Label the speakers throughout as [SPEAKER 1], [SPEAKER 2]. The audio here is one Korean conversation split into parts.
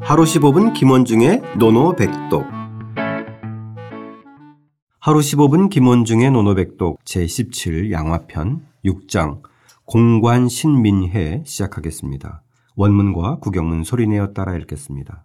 [SPEAKER 1] 하루 15분 김원중의 노노백독 하루 15분 김원중의 노노백독 제17 양화편 6장 공관 신민해 시작하겠습니다. 원문과 구경문 소리내어 따라 읽겠습니다.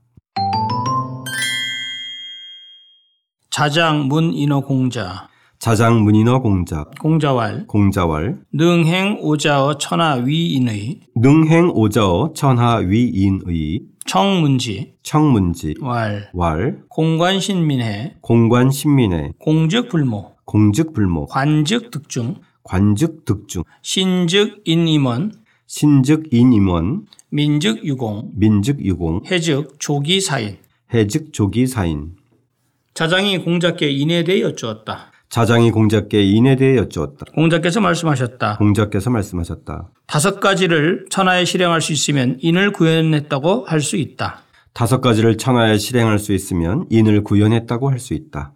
[SPEAKER 2] 자장 문인어 공자
[SPEAKER 1] 자장 문인어 공자
[SPEAKER 2] 공자왈
[SPEAKER 1] 공자월
[SPEAKER 2] 능행 오자어 천하 위인의
[SPEAKER 1] 능행 오자어 천하 위인의
[SPEAKER 2] 청문지
[SPEAKER 1] 청문지
[SPEAKER 2] 왈
[SPEAKER 1] 왈
[SPEAKER 2] 공관신민해
[SPEAKER 1] 공관 신민해
[SPEAKER 2] 공즉불모
[SPEAKER 1] 공즉불목
[SPEAKER 2] 관즉득중
[SPEAKER 1] 관즉득중
[SPEAKER 2] 신즉인임원
[SPEAKER 1] 신즉인임원
[SPEAKER 2] 민즉유공
[SPEAKER 1] 민즉유공
[SPEAKER 2] 해즉 조기사인
[SPEAKER 1] 해즉 조기사인
[SPEAKER 2] 자장이 공자께 인에 대해 여쭈었다.
[SPEAKER 1] 자장이 공자께 인에 대해 여쭈었다.
[SPEAKER 2] 공자께서 말씀하셨다.
[SPEAKER 1] 공자께서 말씀하셨다.
[SPEAKER 2] 다섯 가지를 천하에 실행할 수 있으면 인을 구현했다고 할 수 있다.
[SPEAKER 1] 다섯 가지를 천하에 실행할 수 있으면 인을 구현했다고 할 수 있다.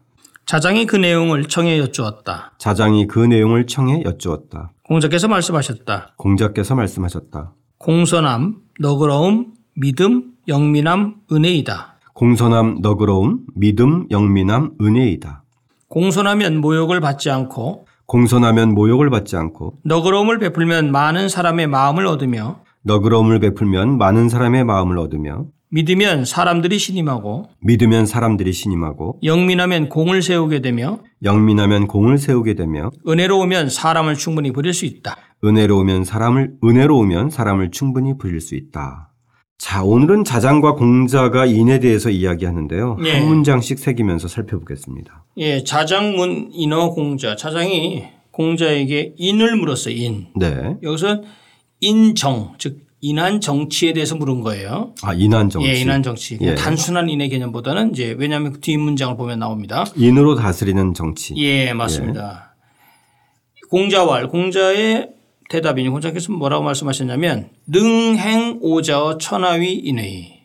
[SPEAKER 2] 자장이 그 내용을 청해 여쭈었다.
[SPEAKER 1] 자장이 그 내용을 청해 여쭈었다.
[SPEAKER 2] 공자께서 말씀하셨다.
[SPEAKER 1] 공자께서 말씀하셨다.
[SPEAKER 2] 공손함, 너그러움, 믿음, 영민함, 은혜이다.
[SPEAKER 1] 공손함, 너그러움, 믿음, 영민함, 은혜이다.
[SPEAKER 2] 공손하면 모욕을 받지 않고
[SPEAKER 1] 공손하면 모욕을 받지 않고
[SPEAKER 2] 너그러움을 베풀면 많은 사람의 마음을 얻으며
[SPEAKER 1] 너그러움을 베풀면 많은 사람의 마음을 얻으며
[SPEAKER 2] 믿으면 사람들이 신임하고
[SPEAKER 1] 믿으면 사람들이 신임하고
[SPEAKER 2] 영민하면 공을 세우게 되며
[SPEAKER 1] 영민하면 공을 세우게 되며
[SPEAKER 2] 은혜로우면 사람을 충분히 부릴 수 있다.
[SPEAKER 1] 은혜로우면 사람을 은혜로우면 사람을 충분히 부릴 수 있다. 자, 오늘은 자장과 공자가 인에 대해서 이야기하는데요.
[SPEAKER 2] 예.
[SPEAKER 1] 한 문장씩 새기면서 살펴보겠습니다.
[SPEAKER 2] 예, 자장문 인어 공자. 자장이 공자에게 인을 물었어요. 인.
[SPEAKER 1] 네.
[SPEAKER 2] 여기서 인정, 즉 인한 정치에 대해서 물은 거예요.
[SPEAKER 1] 아, 인한 정치.
[SPEAKER 2] 예, 인한 정치.
[SPEAKER 1] 예.
[SPEAKER 2] 단순한 인의 개념보다는 이제 왜냐하면 그 뒷 문장을 보면 나옵니다.
[SPEAKER 1] 인으로 다스리는 정치. 예.
[SPEAKER 2] 예, 맞습니다. 공자왈 공자의 대답이니 공자께서 뭐라고 말씀하셨냐면 능행 오자어 천하위 인의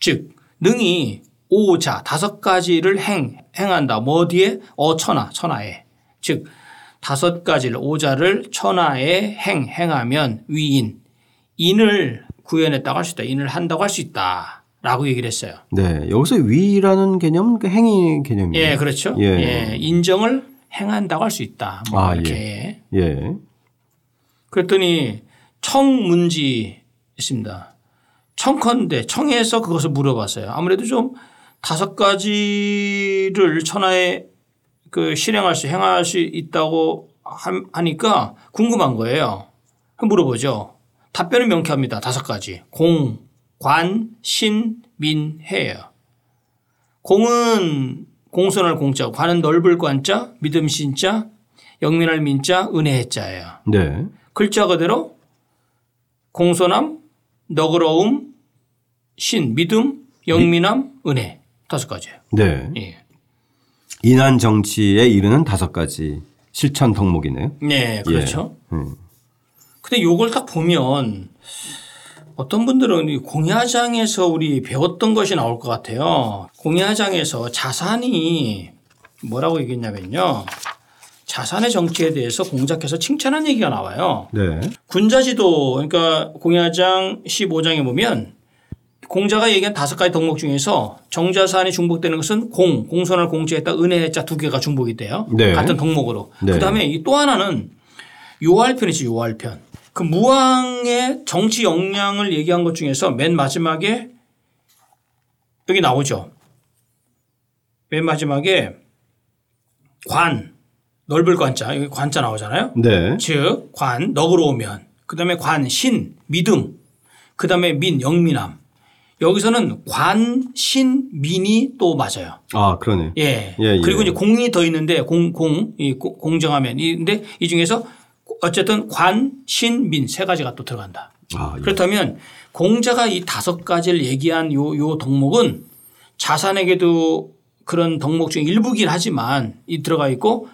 [SPEAKER 2] 즉 능이 오자 다섯 가지를 행 행한다. 뭐 어디에 어 천하 천하에 즉 다섯 가지를 오자를 천하에 행 행하면 위인 인을 구현했다고 할 수 있다. 인을 한다고 할 수 있다라고 얘기를 했어요.
[SPEAKER 1] 네. 여기서 위라는 개념은 그 행위 개념이에요.
[SPEAKER 2] 예, 그렇죠.
[SPEAKER 1] 예.
[SPEAKER 2] 예. 인정을 행한다고 할 수 있다. 뭐
[SPEAKER 1] 아,
[SPEAKER 2] 이렇게.
[SPEAKER 1] 예.
[SPEAKER 2] 그랬더니 청문지 있습니다. 청컨대 청에서 그것을 물어봤어요. 아무래도 좀 다섯 가지를 천하에 그 실행할 수 행할 수 있다고 함- 하니까 궁금한 거예요. 그럼 물어보죠. 답변은 명쾌합니다. 다섯 가지. 공, 관, 신, 민, 해예요. 공은 공손할 공자, 관은 넓을 관자, 믿음 신자, 영민할 민자, 은혜의 자예요.
[SPEAKER 1] 네.
[SPEAKER 2] 글자 그대로 공손함, 너그러움, 신, 믿음, 영민함, 은혜 다섯 가지예요.
[SPEAKER 1] 네.
[SPEAKER 2] 예.
[SPEAKER 1] 인한 정치에 이르는 다섯 가지 실천 덕목이네요.
[SPEAKER 2] 네, 그렇죠.
[SPEAKER 1] 음.
[SPEAKER 2] 근데 요걸 딱 보면 어떤 분들은 이 공야장에서 우리 배웠던 것이 나올 것 같아요. 공야장에서 자산이 뭐라고 얘기했냐면요. 자산의 정치에 대해서 공작해서 칭찬한 얘기가 나와요.
[SPEAKER 1] 네.
[SPEAKER 2] 군자지도 그러니까 공야장 15장에 보면 공자가 얘기한 다섯 가지 덕목 중에서 정자산이 중복되는 것은 공, 공손을 공제했다 은혜의 자두 개가 중복이 돼요.
[SPEAKER 1] 네.
[SPEAKER 2] 같은 덕목으로.
[SPEAKER 1] 네.
[SPEAKER 2] 그다음에 이 또 하나는 요할편이지 요할편. 그 무왕의 정치 역량을 얘기한 것 중에서 맨 마지막에 여기 나오죠. 맨 마지막에 관 넓을 관자 여기 관자 나오잖아요.
[SPEAKER 1] 네.
[SPEAKER 2] 즉, 관, 너그러우면, 그 다음에 관, 신, 믿음, 그 다음에 민, 영민함. 여기서는 관, 신, 민이 또 맞아요.
[SPEAKER 1] 아, 그러네.
[SPEAKER 2] 예.
[SPEAKER 1] 예, 예.
[SPEAKER 2] 그리고 이제 공이 더 있는데, 공, 공, 이 고- 공정하면. 이- 근데 이 중에서 어쨌든 관, 신, 민 세 가지가 또 들어간다.
[SPEAKER 1] 아, 예.
[SPEAKER 2] 그렇다면 공자가 이 다섯 가지를 얘기한 요, 요 덕목은 자산에게도 그런 덕목 중 일부긴 하지만 이 들어가 있고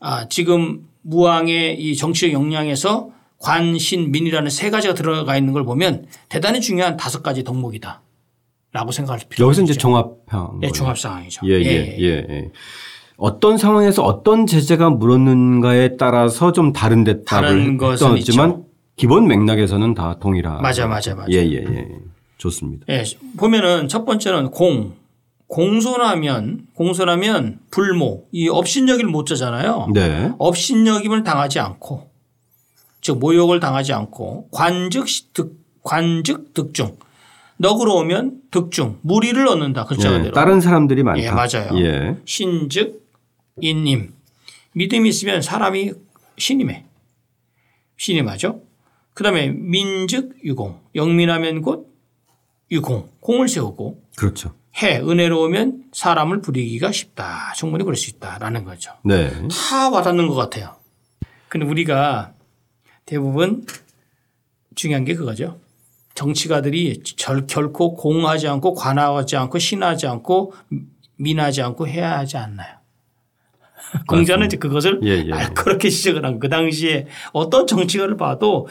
[SPEAKER 2] 아, 지금 무왕의 이 정치적 역량에서 관신민이라는 세 가지가 들어가 있는 걸 보면 대단히 중요한 다섯 가지 덕목이다. 라고 생각할 필요가
[SPEAKER 1] 여기서 이제
[SPEAKER 2] 있죠.
[SPEAKER 1] 종합형.
[SPEAKER 2] 예, 종합 상황이죠.
[SPEAKER 1] 예, 예, 예, 예. 어떤 상황에서 어떤 제재가 물었는가에 따라서 좀 다른 데
[SPEAKER 2] 다른 것은
[SPEAKER 1] 했지만 기본 맥락에서는 다 동일하.
[SPEAKER 2] 맞아, 맞아, 맞아.
[SPEAKER 1] 예, 예, 예. 좋습니다.
[SPEAKER 2] 예, 보면은 첫 번째는 공. 공손하면, 공손하면 불모. 이 업신여길 못 자잖아요.
[SPEAKER 1] 네.
[SPEAKER 2] 업신여김을 당하지 않고, 즉, 모욕을 당하지 않고, 관즉, 시- 득, 관즉 득중. 너그러우면 득중. 무리를 얻는다. 글자
[SPEAKER 1] 예,
[SPEAKER 2] 그대로.
[SPEAKER 1] 다른 사람들이 많다.
[SPEAKER 2] 예, 맞아요.
[SPEAKER 1] 예.
[SPEAKER 2] 신즉 인님. 믿음이 있으면 사람이 신임해. 신임하죠. 그다음에 민즉 유공. 영민하면 곧 유공. 공을 세우고
[SPEAKER 1] 그렇죠.
[SPEAKER 2] 해 은혜로우면 사람을 부리기가 쉽다. 충분히 그럴 수 있다라는 거죠.
[SPEAKER 1] 네.
[SPEAKER 2] 다 와닿는 것 같아요. 근데 우리가 대부분 중요한 게 그거죠. 정치가들이 절, 결코 공하지 않고 관하지 않고 신하지 않고 민하지 않고 해야 하지 않나요? 공자는 이제 그것을
[SPEAKER 1] 예, 예.
[SPEAKER 2] 알- 그렇게 시작을 한 그 당시에 어떤 정치가를 봐도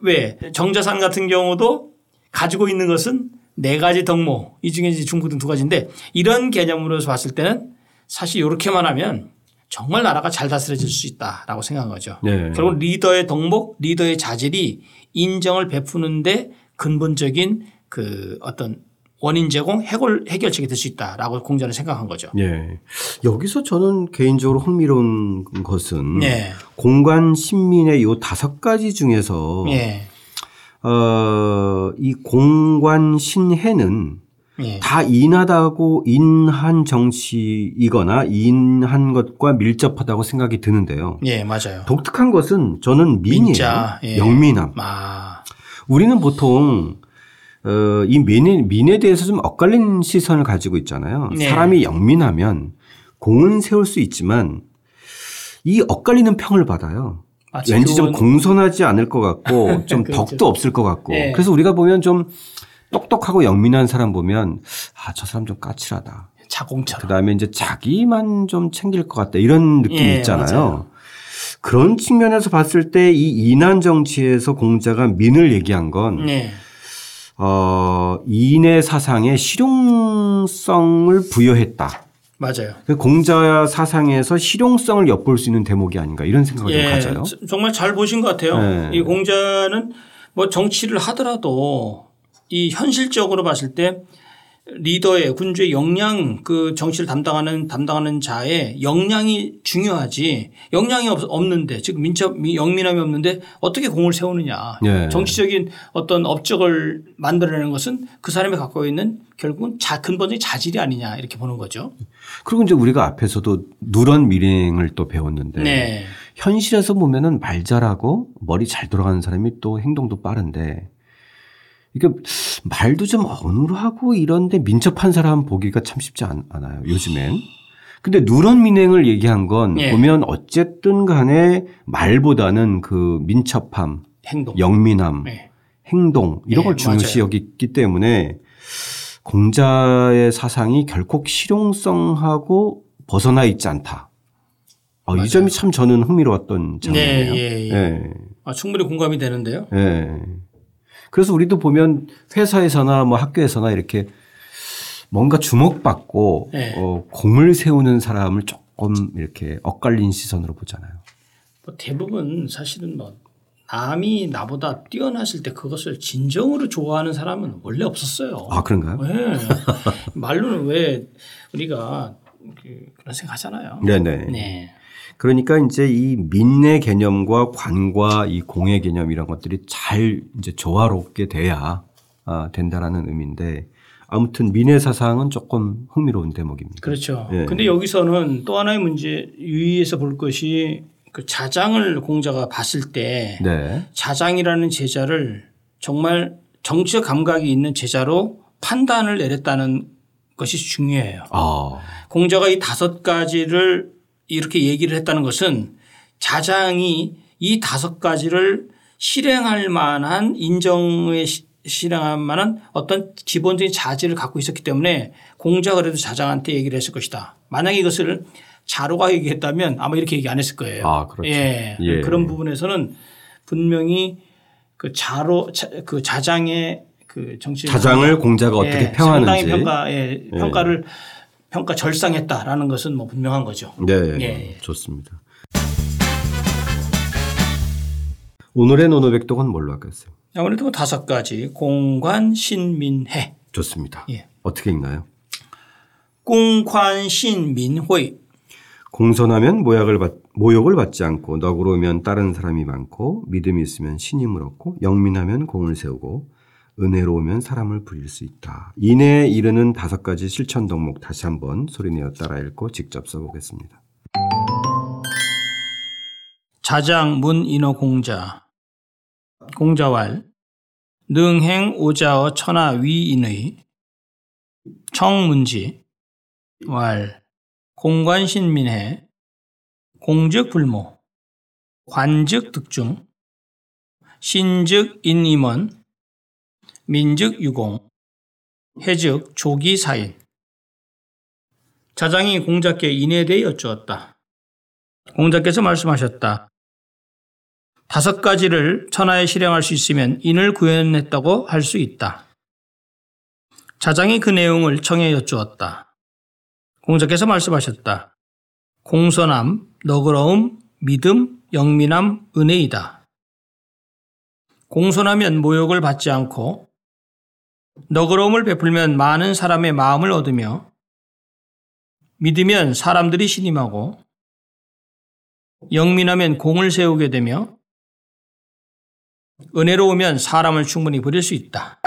[SPEAKER 2] 왜 정자산 같은 경우도 가지고 있는 것은 네 가지 덕목 이 중에 이제 중고등 두 가지인데 이런 개념으로 봤을 때는 사실 이렇게만 하면 정말 나라가 잘 다스려질 수 있다라고 생각한 거죠.
[SPEAKER 1] 네.
[SPEAKER 2] 결국 리더의 덕목, 리더의 자질이 인정을 베푸는데 근본적인 그 어떤 원인 제공 해결 해결책이 될 수 있다라고 공자는 생각한 거죠.
[SPEAKER 1] 예. 여기서 저는 개인적으로 흥미로운 것은
[SPEAKER 2] 네.
[SPEAKER 1] 공관 신민의 요 다섯 가지 중에서
[SPEAKER 2] 예.
[SPEAKER 1] 어, 이 공관 신해는
[SPEAKER 2] 예.
[SPEAKER 1] 다 인하다고 인한 정치이거나 인한 것과 밀접하다고 생각이 드는데요.
[SPEAKER 2] 예, 맞아요.
[SPEAKER 1] 독특한 것은 저는 민이에요.
[SPEAKER 2] 민자, 예.
[SPEAKER 1] 영민함.
[SPEAKER 2] 아,
[SPEAKER 1] 우리는 보통 어, 이 민에, 민에 대해서 좀 엇갈린 시선을 가지고 있잖아요.
[SPEAKER 2] 네.
[SPEAKER 1] 사람이 영민하면 공은 세울 수 있지만 이 엇갈리는 평을 받아요.
[SPEAKER 2] 마치
[SPEAKER 1] 왠지 좀
[SPEAKER 2] 교훈-
[SPEAKER 1] 공손하지 않을 것 같고 좀
[SPEAKER 2] 그렇죠.
[SPEAKER 1] 덕도 없을 것 같고
[SPEAKER 2] 예.
[SPEAKER 1] 그래서 우리가 보면 좀 똑똑하고 영민한 사람 보면 아 저 사람 좀 까칠하다. 그
[SPEAKER 2] 자공처럼.
[SPEAKER 1] 다음에 이제 자기만 좀 챙길 것 같다 이런 느낌
[SPEAKER 2] 예,
[SPEAKER 1] 이 있잖아요.
[SPEAKER 2] 맞아요.
[SPEAKER 1] 그런 측면에서 봤을 때 이 인한 정치에서 공자가 민을 얘기한 건
[SPEAKER 2] 네.
[SPEAKER 1] 어, 인의 사상에 실용성을 부여했다.
[SPEAKER 2] 맞아요.
[SPEAKER 1] 그 공자 사상에서 실용성을 엿볼 수 있는 대목이 아닌가 이런 생각을 좀
[SPEAKER 2] 예,
[SPEAKER 1] 가져요.
[SPEAKER 2] 저- 정말 잘 보신 것 같아요.
[SPEAKER 1] 네.
[SPEAKER 2] 이 공자는 뭐 정치를 하더라도 이 현실적으로 봤을 때 리더의 군주의 역량 그 정치를 담당하는 담당하는 자의 역량이 중요하지 역량이 없, 없는데 즉 민첩 미- 영민함이 없는데 어떻게 공을 세우느냐
[SPEAKER 1] 예.
[SPEAKER 2] 정치적인 어떤 업적을 만들어내는 것은 그 사람이 갖고 있는 결국은 자 근본적인 자질이 아니냐 이렇게 보는 거죠.
[SPEAKER 1] 그리고 이제 우리가 앞에서도 누런 미행을 또 배웠는데
[SPEAKER 2] 네.
[SPEAKER 1] 현실에서 보면은 말 잘하고 머리 잘 돌아가는 사람이 또 행동도 빠른데 이게 말도 좀 어눌하고 이런데 민첩한 사람 보기가 참 쉽지 않, 아요 요즘엔. 근데 누런 민행을 얘기한 건
[SPEAKER 2] 예.
[SPEAKER 1] 보면 어쨌든 간에 말보다는 그 민첩함,
[SPEAKER 2] 행동.
[SPEAKER 1] 영민함,
[SPEAKER 2] 네.
[SPEAKER 1] 행동 이런
[SPEAKER 2] 예,
[SPEAKER 1] 걸 중요시
[SPEAKER 2] 맞아요.
[SPEAKER 1] 여기기 때문에 공자의 사상이 결코 실용성하고 벗어나 있지 않다. 어,
[SPEAKER 2] 맞아요.
[SPEAKER 1] 이 점이 참 저는 흥미로웠던
[SPEAKER 2] 네,
[SPEAKER 1] 점이에요.
[SPEAKER 2] 예, 예.
[SPEAKER 1] 예.
[SPEAKER 2] 아, 충분히 공감이 되는데요.
[SPEAKER 1] 예. 그래서 우리도 보면 회사에서나 뭐 학교에서나 이렇게 뭔가 주목받고
[SPEAKER 2] 예.
[SPEAKER 1] 어, 공을 세우는 사람을 조금 이렇게 엇갈린 시선으로 보잖아요.
[SPEAKER 2] 뭐 대부분 사실은 뭐 남이 나보다 뛰어났을 때 그것을 진정으로 좋아하는 사람은 원래 없었어요.
[SPEAKER 1] 아 그런가요?
[SPEAKER 2] 예. 말로는 왜 우리가 그- 그런 생각하잖아요.
[SPEAKER 1] 네네.
[SPEAKER 2] 네.
[SPEAKER 1] 그러니까 이제 이 민의 개념과 관과 이 공의 개념 이런 것들이 잘 이제 조화롭게 돼야 아, 된다라는 의미인데 아무튼 민의 사상은 조금 흥미로운 대목입니다.
[SPEAKER 2] 그렇죠.
[SPEAKER 1] 예.
[SPEAKER 2] 근데 여기서는 또 하나의 문제 유의해서 볼 것이 그 자장을 공자가 봤을 때
[SPEAKER 1] 네.
[SPEAKER 2] 자장이라는 제자를 정말 정치적 감각이 있는 제자로 판단을 내렸다는 것이 중요해요.
[SPEAKER 1] 아,
[SPEAKER 2] 공자가 이 다섯 가지를 이렇게 얘기를 했다는 것은 자장이 이 다섯 가지를 실행할 만한 인정에 시- 실행할 만한 어떤 기본적인 자질을 갖고 있었기 때문에 공자가 그래도 자장한테 얘기를 했을 것이다. 만약에 이것을 자로가 얘기했다면 아마 이렇게 얘기 안 했을 거예요.
[SPEAKER 1] 아, 그렇죠.
[SPEAKER 2] 예.
[SPEAKER 1] 예.
[SPEAKER 2] 그런 부분에서는 분명히 그 자로 자, 그 자장의 그 정치
[SPEAKER 1] 자장을 공자가 어떻게
[SPEAKER 2] 예, 상당히
[SPEAKER 1] 평하는지.
[SPEAKER 2] 평가, 예, 평가를 평가 절상했다라는 것은 뭐 분명한 거죠.
[SPEAKER 1] 네,
[SPEAKER 2] 예.
[SPEAKER 1] 좋습니다. 오늘의 노노백독은 뭘로 할까요? 선생님?
[SPEAKER 2] 아무래도 뭐 다섯 가지 공관 신민해
[SPEAKER 1] 좋습니다.
[SPEAKER 2] 예.
[SPEAKER 1] 어떻게 읽나요?
[SPEAKER 2] 공관 신민회
[SPEAKER 1] 공손하면 모욕을, 받, 모욕을 받지 않고 너그러우면 다른 사람이 많고 믿음이 있으면 신임을 얻고 영민하면 공을 세우고 은혜로우면 사람을 부릴 수 있다. 이내에 이르는 다섯 가지 실천 덕목 다시 한번 소리내어 따라 읽고 직접 써보겠습니다.
[SPEAKER 2] 자장 문인어 공자 공자왈 능행 오자어 천하 위인의 청문지 왈 공관신민해 공즉불모 관즉득중 신즉인임원 민즉유공 해즉 조기사인 자장이 공자께 인에 대해 여쭈었다. 공자께서 말씀하셨다. 다섯 가지를 천하에 실행할 수 있으면 인을 구현했다고 할 수 있다. 자장이 그 내용을 청에 여쭈었다. 공자께서 말씀하셨다. 공손함, 너그러움, 믿음, 영민함, 은혜이다. 공손하면 모욕을 받지 않고 너그러움을 베풀면 많은 사람의 마음을 얻으며 믿으면 사람들이 신임하고 영민하면 공을 세우게 되며 은혜로우면 사람을 충분히 부릴 수 있다.